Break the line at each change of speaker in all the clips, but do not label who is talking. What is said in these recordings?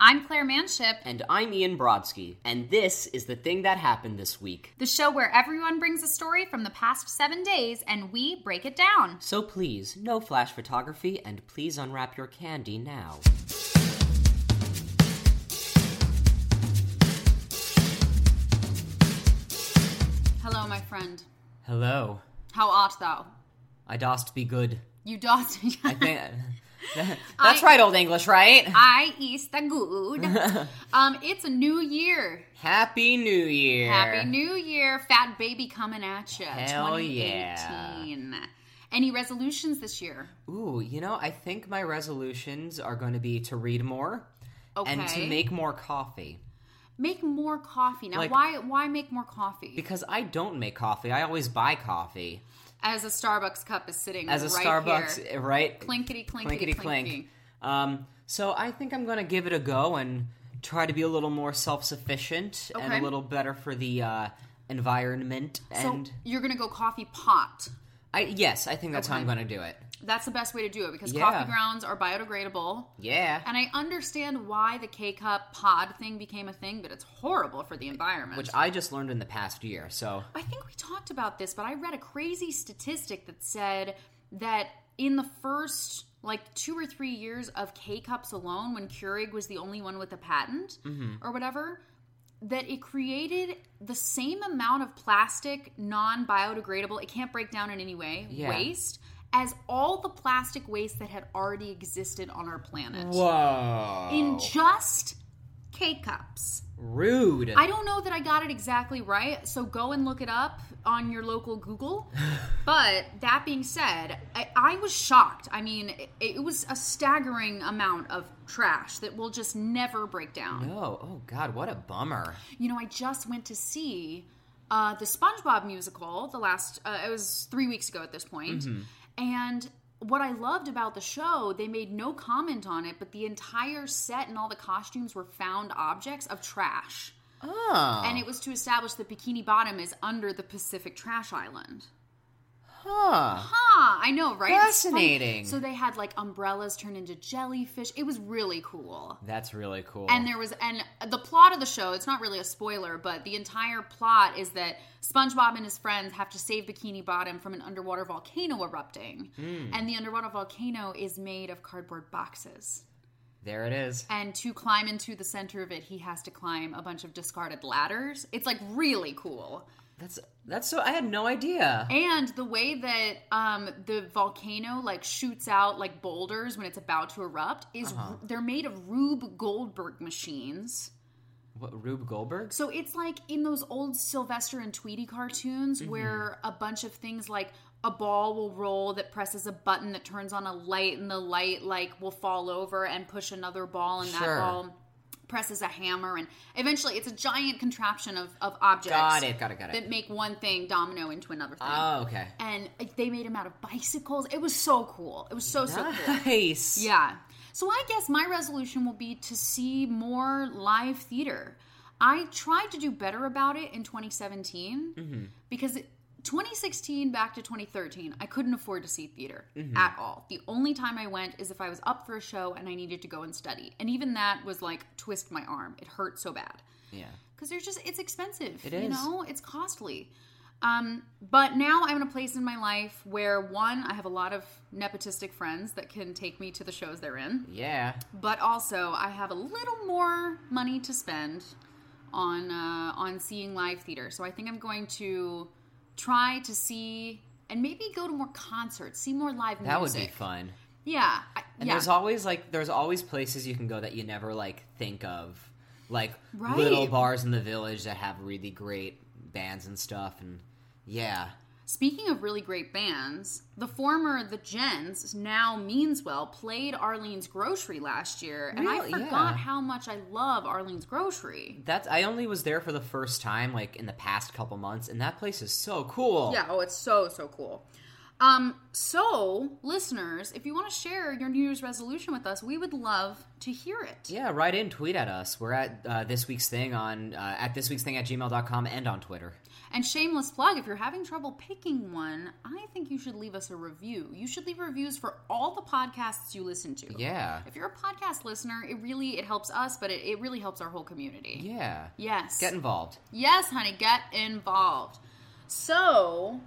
I'm Claire Manship,
And I'm Ian Brodsky, and this is the thing that happened this week.
the show where everyone brings a story from the past seven days and we break it down.
So please, no flash photography, and please unwrap your candy now.
Hello, my friend.
Hello.
How art thou?
I dost be good.
You dost.
I think that's
I-
right, Old English, right?
I is the good. um, it's a new year.
Happy New Year.
Happy New Year, fat baby coming at you.
Hell
2018. Any resolutions this year?
Ooh, you know, I think my resolutions are going to be to read more
Okay.
and to make more coffee.
Make more coffee. Now,
Like-
why why make more coffee?
Because I don't make coffee, I always buy coffee.
As a Starbucks cup is sitting
As a
right
Starbucks,
here.
right?
Clinkety clinkety
clinkety
clink.
clink. Um, so I think I'm gonna give it a go and try to be a little more self sufficient and
Okay.
a little better for the uh, environment. And
so you're gonna go coffee pot.
I yes, I think that's how I'm gonna do it.
That's the best way to do it because
Yeah.
coffee grounds are biodegradable.
Yeah,
And I understand why the K cup pod thing became a thing, but it's horrible for the environment.
which I just learned in the past year. So
I think we talked about this, but I read a crazy statistic that said that in the first like two or three years of K cups alone, when Keurig was the only one with a patent
Mm-hmm.
or whatever, that it created the same amount of plastic, non biodegradable, it can't break down in any way,
Yeah.
waste, as all the plastic waste that had already existed on our planet.
whoa,
In just K cups.
rude.
I don't know that I got it exactly right, so go and look it up on your local Google. but that being said, I, I was shocked. I mean, it, it was a staggering amount of trash that will just never break down.
no, oh god, what a bummer.
You know, I just went to see uh, the SpongeBob musical. The last uh, it was three weeks ago at this point, and. What I loved about the show, they made no comment on it, but the entire set and all the costumes were found objects of trash.
Oh,
And it was to establish that Bikini Bottom is under the Pacific Trash Island.
Ah, huh.
Huh, I know, right? It's funny.
Fascinating.
So they had like umbrellas turned into jellyfish. It was really cool.
That's really cool.
And there was, and the plot of the show, it's not really a spoiler, but the entire plot is that SpongeBob and his friends have to save Bikini Bottom from an underwater volcano erupting.
Hmm.
And the underwater volcano is made of cardboard boxes.
there it is.
And to climb into the center of it, he has to climb a bunch of discarded ladders. It's like really cool.
That's that's so. I had no idea.
And the way that um, the volcano like shoots out like boulders when it's about to erupt is
Uh-huh.
they're made of Rube Goldberg machines.
What Rube Goldberg?
So it's like in those old Sylvester and Tweety cartoons
Mm-hmm.
where a bunch of things like a ball will roll that presses a button that turns on a light and the light like will fall over and push another ball and that
Sure.
ball presses a hammer and eventually it's a giant contraption of, of objects
Got it. Got it. Got it.
that make one thing domino into another thing
Oh, okay.
and like, they made him out of bicycles. It was so cool. It was so so cool.
Nice.
Yeah. So I guess my resolution will be to see more live theater. I tried to do better about it in 2017 because it, 2016 back to 2013, I couldn't afford to see theater at all. The only time I went is if I was up for a show and I needed to go and study. And even that was like twist my arm. It hurt so bad
Yeah.
because there's just it's expensive.
It
You
is.
know, it's costly. Um, but now I'm in a place in my life where one, I have a lot of nepotistic friends that can take me to the shows they're in,
Yeah.
but also I have a little more money to spend on uh, on seeing live theater. So I think I'm going to try to see and maybe go to more concerts, see more live music.
That would be fun.
Yeah, I,
And
yeah.
there's always like there's always places you can go that you never like think of. Like
Right.
little bars in the village that have really great bands and stuff and yeah.
Speaking of really great bands, the former The Gens, now Meanswell, played Arlene's Grocery last year, and I
Really?
forgot
Yeah.
how much I love Arlene's Grocery.
That's I only was there for the first time like in the past couple months and that place is oh, so cool.
Yeah, oh, it's so, so cool. Um, so, listeners, if you want to share your New Year's resolution with us, we would love to hear it.
Yeah, write in, tweet at us. We're at uh, this week's thing on uh, at this week's thing at gmail.com and on Twitter.
And shameless plug, if you're having trouble picking one, I think you should leave us a review. You should leave reviews for all the podcasts you listen to.
Yeah,
If you're a podcast listener, it really it helps us, but it, it really helps our whole community.
yeah.
Yes.
Get involved.
Yes, honey, get involved. So,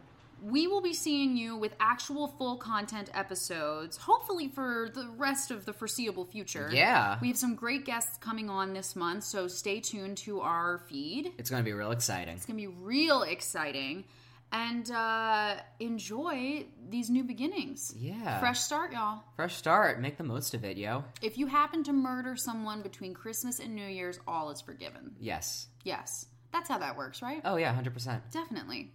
we will be seeing you with actual full content episodes, hopefully for the rest of the foreseeable future.
Yeah.
We have some great guests coming on this month, so stay tuned to our feed.
It's gonna be real exciting.
It's going to be real exciting. And uh, enjoy these new beginnings.
Yeah.
Fresh start, y'all.
Fresh start. Make the most of it, yo.
If you happen to murder someone between Christmas and New Year's, all is forgiven.
Yes.
Yes. That's how that works, right?
Oh yeah, hundred percent.
Definitely.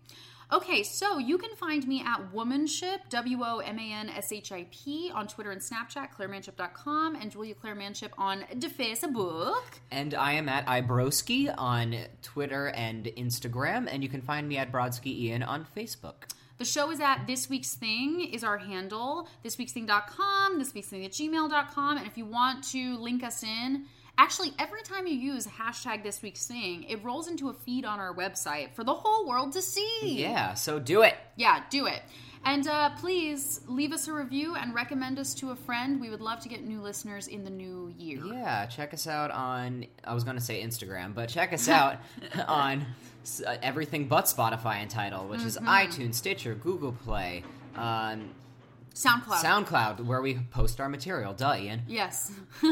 Okay, so you can find me at Womanship, W O M A N S H I P, on Twitter and Snapchat, ClaireManship.com, and Julia Claire Manship on the Facebook.
And I am at Ibroski on Twitter and Instagram, and you can find me at Brodsky Ian on Facebook.
The show is at This Week's Thing is our handle, thisweeksthing.com, thisweeksthing at gmail.com. And if you want to link us in, actually, every time you use hashtag This Week's Thing, it rolls into a feed on our website for the whole world to see.
Yeah, so do it.
Yeah, do it. And uh, please leave us a review and recommend us to a friend. We would love to get new listeners in the new year.
Yeah, check us out on. I was going to say Instagram, but check us out on s- uh, everything but Spotify and Title, which is iTunes, Stitcher, Google Play, um,
SoundCloud.
SoundCloud, where we post our material. Duh, Ian.
yes.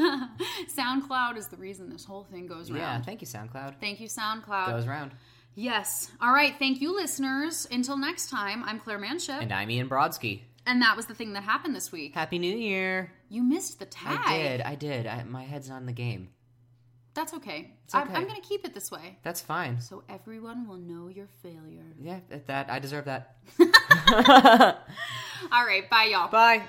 SoundCloud is the reason this whole thing goes round.
Yeah, thank you, SoundCloud.
Thank you, SoundCloud.
Goes round.
Yes. All right. Thank you, listeners. Until next time, I'm Claire Manship.
And I'm Ian Brodsky.
And that was the thing that happened this week.
Happy New Year.
You missed the tag.
I did. I did. I, my head's not in the game.
That's okay.
It's
I-
okay.
I'm going to keep it this way.
That's fine.
So everyone will know your failure.
Yeah, that I deserve that.
All right. Bye, y'all.
Bye.